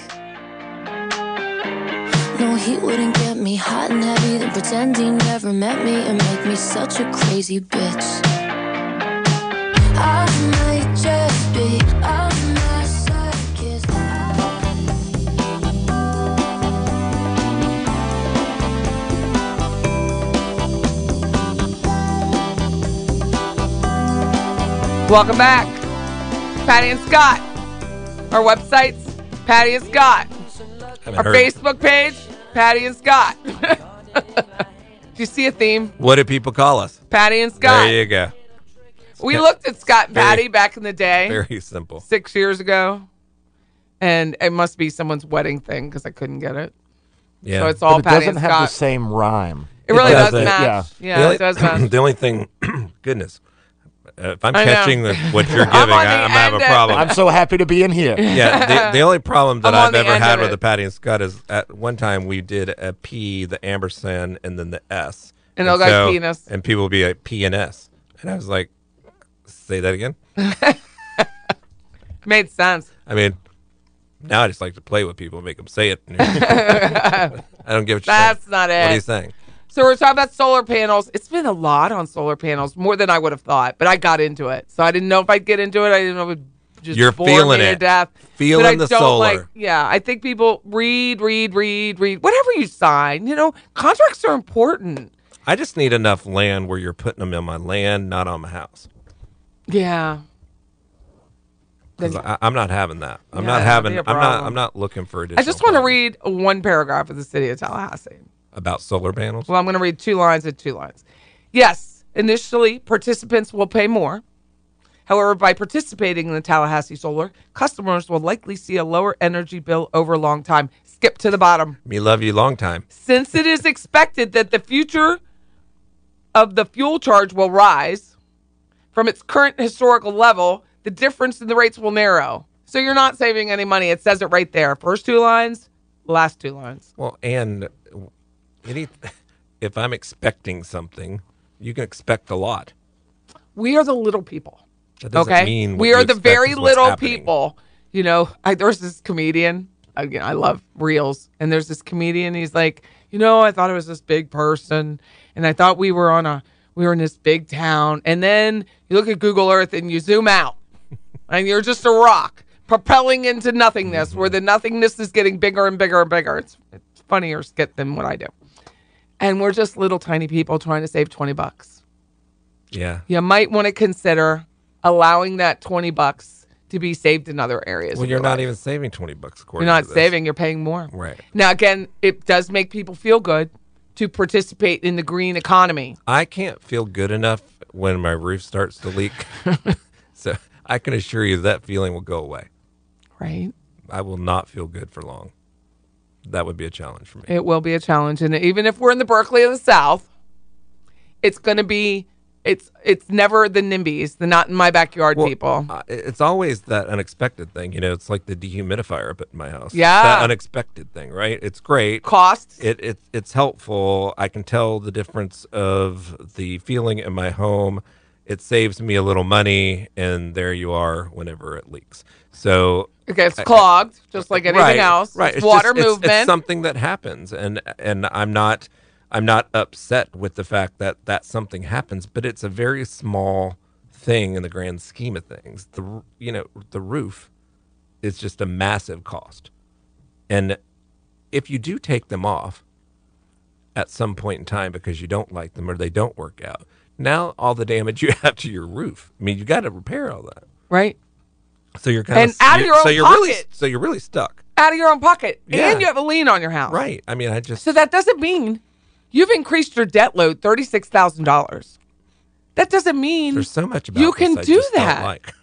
S1: No, he wouldn't give
S6: at me hot and heavy, then pretend he never met me and make me such a crazy bitch. I might just be on my circus.
S2: Welcome back. Patty and Scott. Our websites, Patty and Scott.
S3: Haven't
S2: Our
S3: heard.
S2: Facebook page, Patty and Scott. Do you see a theme?
S3: What do people call us?
S2: Patty and
S3: There
S2: Scott.
S3: you go.
S2: we looked at Scott and Patty
S3: Very-
S2: back in the day,
S3: Very simple.
S2: six years ago, and it must be someone's wedding thing because I couldn't get it.
S3: Yeah.
S2: So it's all
S4: but it
S2: Patty
S4: doesn't
S2: and
S4: have the
S2: Scott.
S4: same rhyme.
S2: it really does,
S3: doesn't.
S2: match. Yeah,
S3: the only,
S2: it does match.
S3: the only thing, goodness, uh, if I'm
S2: I know.
S3: catching the, what you're giving,
S2: I'm on the
S3: I, I'm gonna have a
S2: end of-
S3: problem.
S4: I'm so happy to be in here.
S3: yeah, the, the only problem
S2: I'm
S3: that
S2: on
S3: I've
S2: the
S3: ever
S2: end
S3: had
S2: of
S3: with
S2: it.
S3: the Patty and Scott is at one time we did a P, the ampersand, and then the S.
S2: And they'll go penis.
S3: And people would be like P and S. And I was like, say that again?
S2: Made sense.
S3: I mean, now I just like to play with people, make them say it. I don't give a shit.
S2: That's not
S3: What are you
S2: it.
S3: saying?
S2: So we're talking about solar panels. It's been a lot on solar panels, more than I would have thought, but I got into it. So I didn't know if I'd get into it. I didn't know if it would just
S3: You're
S2: bore
S3: feeling
S2: me to
S3: it.
S2: death.
S3: Feeling
S2: but I
S3: the
S2: don't
S3: solar.
S2: Like, yeah, I think people read, read, read, read. Whatever you sign, you know, contracts are important.
S3: I just need enough land where you're putting them in my land, not on my house.
S2: Yeah.
S3: 'Cause I, I'm not having that. I'm
S2: Yeah, that
S3: not
S2: would
S3: having.
S2: be a
S3: I'm not.
S2: problem.
S3: I'm not looking for
S2: I
S3: additional.
S2: just want to
S3: funding
S2: read one paragraph of the city of Tallahassee.
S3: about solar panels.
S2: Well, I'm going to read two lines and two lines. Yes, initially, participants will pay more. However, by participating in the Tallahassee Solar, customers will likely see a lower energy bill over a long time. Skip to the bottom.
S3: Me love you long time.
S2: Since it is expected that the future of the fuel charge will rise from its current historical level, the difference in the rates will narrow. So you're not saving any money. It says it right there. First two lines, last two lines.
S3: Well, and any if I'm expecting something, you can expect a lot.
S2: We are the little people.
S3: That doesn't
S2: okay
S3: mean what
S2: we
S3: you
S2: are the
S3: expect
S2: very
S3: is what's
S2: little
S3: happening.
S2: people you know I, there's this comedian again i love reels and there's this comedian he's like you know i thought it was this big person and i thought we were on a we were in this big town and then you look at google earth and you zoom out and you're just a rock propelling into nothingness where the nothingness is getting bigger and bigger and bigger it's, it's funnier skit than what i do and we're just little tiny people trying to save 20 bucks
S3: Yeah,
S2: you might want to consider allowing that 20 bucks to be saved in other areas.
S3: Well,
S2: of
S3: you're
S2: your
S3: not
S2: life.
S3: even saving twenty bucks.
S2: You're
S3: According
S2: not
S3: to this.
S2: saving, you're paying more.
S3: Right.
S2: Now, again, it does make people feel good to participate in the green economy.
S3: I can't feel good enough when my roof starts to leak. so I can assure you that feeling will go away.
S2: Right.
S3: I will not feel good for long. That would be a challenge for me.
S2: It will be a challenge. And even if we're in the Berkeley of the South, it's going to be. It's it's never the NIMBYs, the not in my backyard
S3: Well,
S2: people.
S3: uh, it's always that unexpected thing. You know, it's like the dehumidifier up at my house. It's
S2: Yeah.
S3: that unexpected thing, right? It's great.
S2: Costs.
S3: It, it it's helpful. I can tell the difference of the feeling in my home. It saves me a little money, and there you are whenever it leaks. So
S2: it gets clogged, just like anything
S3: right,
S2: else.
S3: right?
S2: It's
S3: It's
S2: water
S3: just- it's-
S2: movement.
S3: It's, something that happens, and and I'm not I'm not upset with the fact that that something happens, but it's a very small thing in the grand scheme of things. The r- you know the roof is just a massive cost, and if you do take them off at some point in time because you don't like them or they don't work out, now all the damage you have to your roof. I mean, you got to repair all that.
S2: right.
S3: So you're kind
S2: And
S3: of
S2: out of your
S3: so
S2: own
S3: you're really
S2: pocket.
S3: so you're really stuck.
S2: Out of your own pocket.
S3: Yeah.
S2: And you have a lien on your house.
S3: Right. I mean, I just
S2: So that doesn't mean you've increased your debt load thirty-six thousand dollars. That doesn't mean
S3: There's so much about
S2: you
S3: this
S2: can
S3: I
S2: do
S3: just don't
S2: that,
S3: like.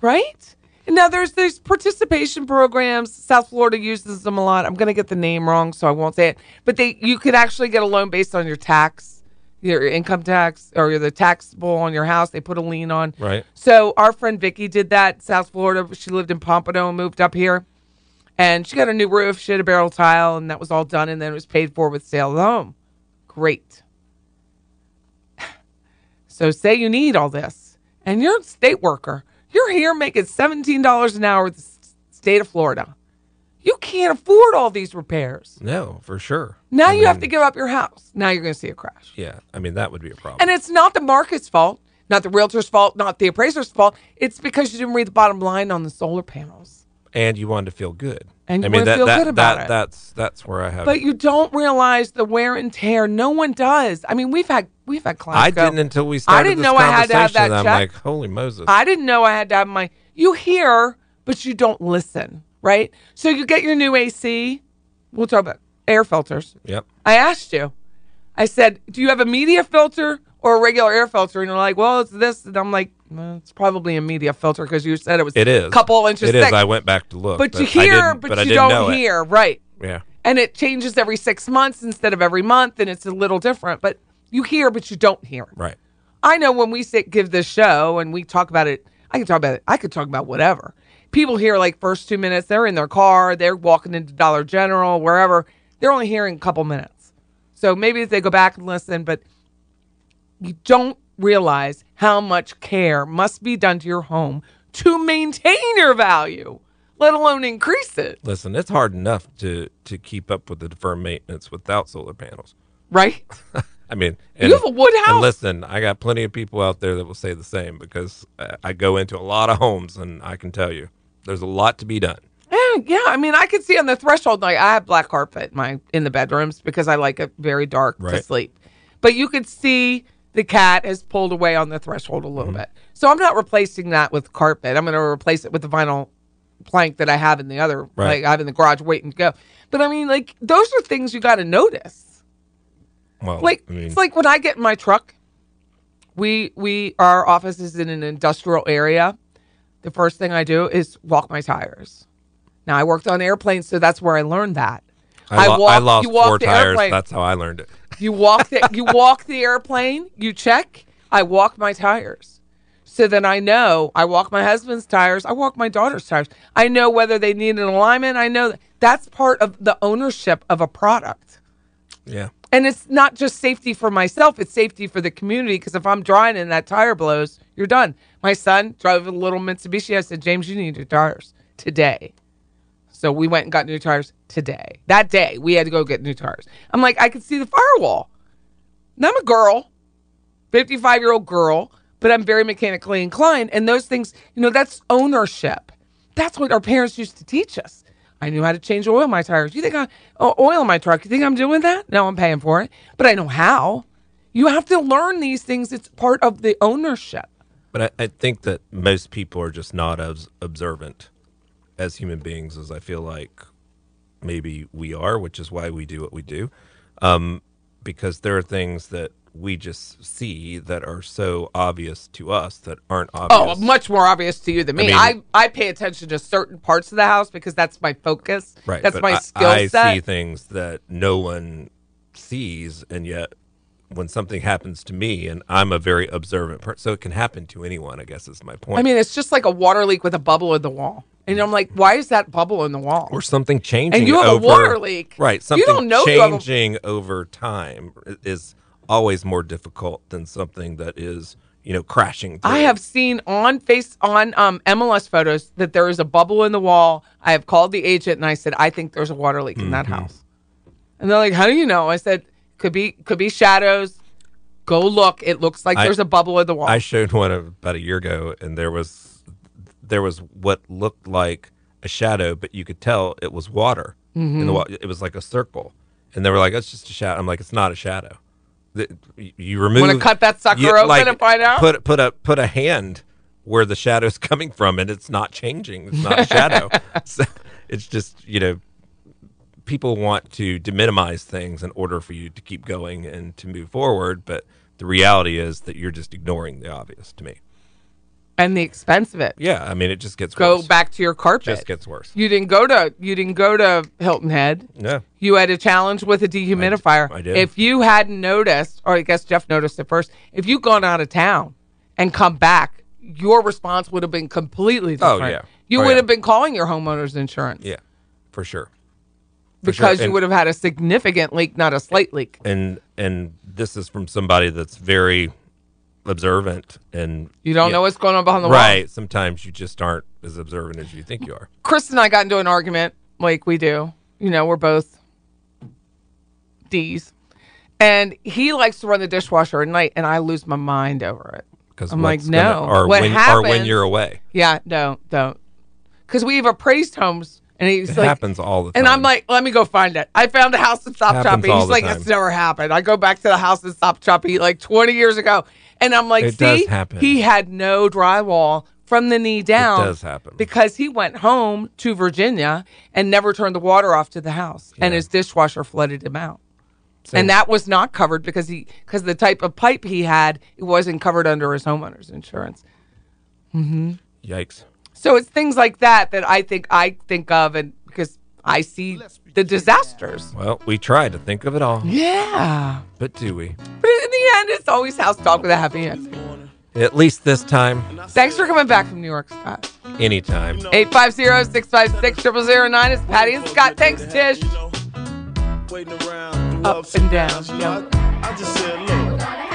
S2: right? And now there's these participation programs. South Florida uses them a lot. I'm going to get the name wrong, so I won't say it. But they, you can actually get a loan based on your tax, your income tax, or the taxable on your house. They put a lien on.
S3: Right.
S2: So our friend Vicky did that. South Florida. She lived in Pompano and moved up here, and she got a new roof. She had a barrel tile, and that was all done, and then it was paid for with sale of the home. Great. So say you need all this, and you're a state worker. You're here making seventeen dollars an hour with the s- state of Florida. You can't afford all these repairs.
S3: No, for sure.
S2: Now
S3: I
S2: you have to
S3: mean,
S2: give up your house. Now you're going to see a crash.
S3: Yeah, I mean that would be a problem.
S2: And it's not the market's fault, not the realtor's fault, not the appraiser's fault. It's because you didn't read the bottom line on the solar panels.
S3: and you wanted to feel good.
S2: And you
S3: I
S2: wanna
S3: mean that,
S2: feel
S3: that,
S2: good about
S3: that,
S2: it.
S3: That's that's where I have.
S2: But you don't realize the wear and tear. No one does. I mean, we've had we've had clients.
S3: I
S2: go,
S3: didn't until we started.
S2: I didn't
S3: this
S2: know I had to have that
S3: conversation, and I'm
S2: check.
S3: like, holy Moses!
S2: I didn't know I had to have my. You hear, but you don't listen, right? So you get your new AC. We'll talk about air filters.
S3: yep.
S2: I asked you. I said, "Do you have a media filter or a regular air filter?" And you're like, "Well, it's this." And I'm like, well, "It's probably a media filter because you said it was
S3: It is.
S2: a couple inches
S3: It is.
S2: thick."
S3: I went back to look.
S2: but, you
S3: I
S2: hear,
S3: didn't-
S2: but,
S3: I
S2: you
S3: didn't know
S2: don't
S3: it.
S2: hear, right?
S3: Yeah.
S2: And it changes every six months instead of every month, and it's a little different. But you hear, but you don't hear.
S3: Right.
S2: I know when we sit, give this show and we talk about it, I can talk about it. I could talk about whatever. People hear like first two minutes, they're in their car, they're walking into Dollar General, wherever. They're only hearing a couple minutes. So maybe if they go back and listen, but you don't realize how much care must be done to your home to maintain your value, let alone increase it,
S3: Listen, it's hard enough to to keep up with the deferred maintenance without solar panels.
S2: right?
S3: I mean,
S2: You have a wood house.
S3: And listen, I got plenty of people out there that will say the same because I, I go into a lot of homes and I can tell you there's a lot to be done.
S2: Yeah, Eh, yeah. I mean, I could see on the threshold. Like, I have black carpet in my in the bedrooms because I like it very dark to
S3: Right.
S2: sleep. But you could see the cat has pulled away on the threshold a little
S3: Mm-hmm.
S2: bit. So I'm not replacing that with carpet. I'm going to replace it with the vinyl plank that I have in the other,
S3: Right.
S2: like I have in the garage, waiting to go. But I mean, like those are things you got to notice
S3: Well,
S2: like
S3: I mean,
S2: it's like when I get in my truck, we we our office is in an industrial area. The first thing I do is walk my tires. Now I worked on airplanes, so that's where I learned that.
S3: I, lo- I
S2: walk-
S3: lost
S2: you walk
S3: four
S2: the
S3: tires.
S2: airplane.
S3: That's how I learned it.
S2: You walk the you walk the airplane, you check, I walk my tires. So then I know I walk my husband's tires, I walk my daughter's tires. I know whether they need an alignment. I know that's part of the ownership of a product.
S3: Yeah.
S2: And it's not just safety for myself, it's safety for the community because if I'm driving and that tire blows, you're done. My son drove a little Mitsubishi. I said, James, you need new tires today. So we went and got new tires today. That day, we had to go get new tires. I'm like, I could see the firewall. And I'm a girl, 55 year old girl, but I'm very mechanically inclined. And those things, you know, that's ownership. That's what our parents used to teach us. I knew how to change oil in my tires. You think I oh, oil in my truck? You think I'm doing that? No, I'm paying for it, but I know how. You have to learn these things. It's part of the ownership.
S3: But I, I think that most people are just not as observant as human beings as I feel like maybe we are, which is why we do what we do. Um, because there are things that we just see that are so obvious to us that aren't
S2: Oh,
S3: obvious.
S2: much more obvious to you than me.
S3: I
S2: I,
S3: mean-
S2: I, pay attention to certain parts of the house because that's my focus.
S3: right.
S2: That's
S3: but
S2: my
S3: I-
S2: skill
S3: I
S2: set.
S3: see things that no one sees, and yet when something happens to me, and I'm a very observant person, so it can happen to anyone. I guess is my point.
S2: I mean, it's just like a water leak with a bubble in the wall. And I'm like, why is that bubble in the wall?
S3: or something changing
S2: you have a
S3: over,
S2: water leak.
S3: right
S2: You
S3: something
S2: don't know you have a-
S3: changing over time i- is always more difficult than something that is you know crashing through.
S2: I have seen on face on um, MLS photos that there is a bubble in the wall. I have called the agent and I said, I think there's a water leak in
S3: Mm-hmm.
S2: that house. And they're like, How do you know? I said, Could be could be shadows. Go look. It looks like
S3: I-
S2: there's a bubble in the wall.
S3: I showed one of, about a year ago and there was there was what looked like a shadow but you could tell it was water in the wa- it was like a circle and they were like it's just a shadow I'm like it's not a shadow The- y- you remove
S2: cut that sucker
S3: you-
S2: open and find out?
S3: put put a put a hand where the shadow's coming from and it's not changing it's not a shadow so it's just you know people want to de- minimize things in order for you to keep going and to move forward, but the reality is that you're just ignoring the obvious to me.
S2: and the expense of it.
S3: Yeah, I mean it just gets
S2: Go
S3: worse.
S2: back to your carpet.
S3: just gets worse.
S2: You didn't go to you didn't go to Hilton Head.
S3: Yeah.
S2: You had a challenge with a dehumidifier.
S3: I did.
S2: If you hadn't noticed, or I guess Jeff noticed at first, if you'd gone out of town and come back, your response would have been completely
S3: Oh,
S2: different.
S3: yeah.
S2: You
S3: Oh,
S2: would
S3: yeah.
S2: have been calling your homeowner's insurance
S3: Yeah. For sure. for sure.
S2: because you
S3: And-
S2: would have had a significant leak, not a slight leak.
S3: And and this is from somebody that's very observant and
S2: You don't know what's going on behind the wall.
S3: Right. Sometimes you just aren't as observant as you think you are.
S2: Chris and I got into an argument. like we do. You know, we're both D's. And he likes to run the dishwasher at night, and I lose my mind over it.
S3: Because
S2: I'm like,
S3: what's gonna-
S2: no.
S3: or
S2: What
S3: when or when
S2: happens-
S3: you're away,
S2: Yeah, no, don't. Because we've appraised homes, and he's
S3: it
S2: like,
S3: happens all the time.
S2: and I'm like, let me go find it. I found a house in Stop
S3: Happens
S2: Choppy.
S3: all
S2: He's
S3: the
S2: like,
S3: time.
S2: it's never happened. I go back to the house in Stop Choppy like 20 years ago, and I'm like,
S3: It does
S2: see,
S3: happen.
S2: he had no drywall from the knee down.
S3: does happen.
S2: because he went home to Virginia and never turned the water off to the house, and his dishwasher flooded him out.
S3: Same.
S2: And that was not covered because he because the type of pipe he had it wasn't covered under his homeowner's insurance.
S3: Yikes.
S2: So it's things like that that I think I think of, and because I see the disasters.
S3: Well, we try to think of it all,
S2: Yeah,
S3: but do we?
S2: but in the end, it's always house talk with a happy end.
S3: At least this time,
S2: Thanks for coming back from New York, Scott.
S3: anytime.
S2: 850-656-0009 is Patty and Scott. Thanks, Tish.
S7: Waiting around,
S2: Up and down,
S7: I just said, look,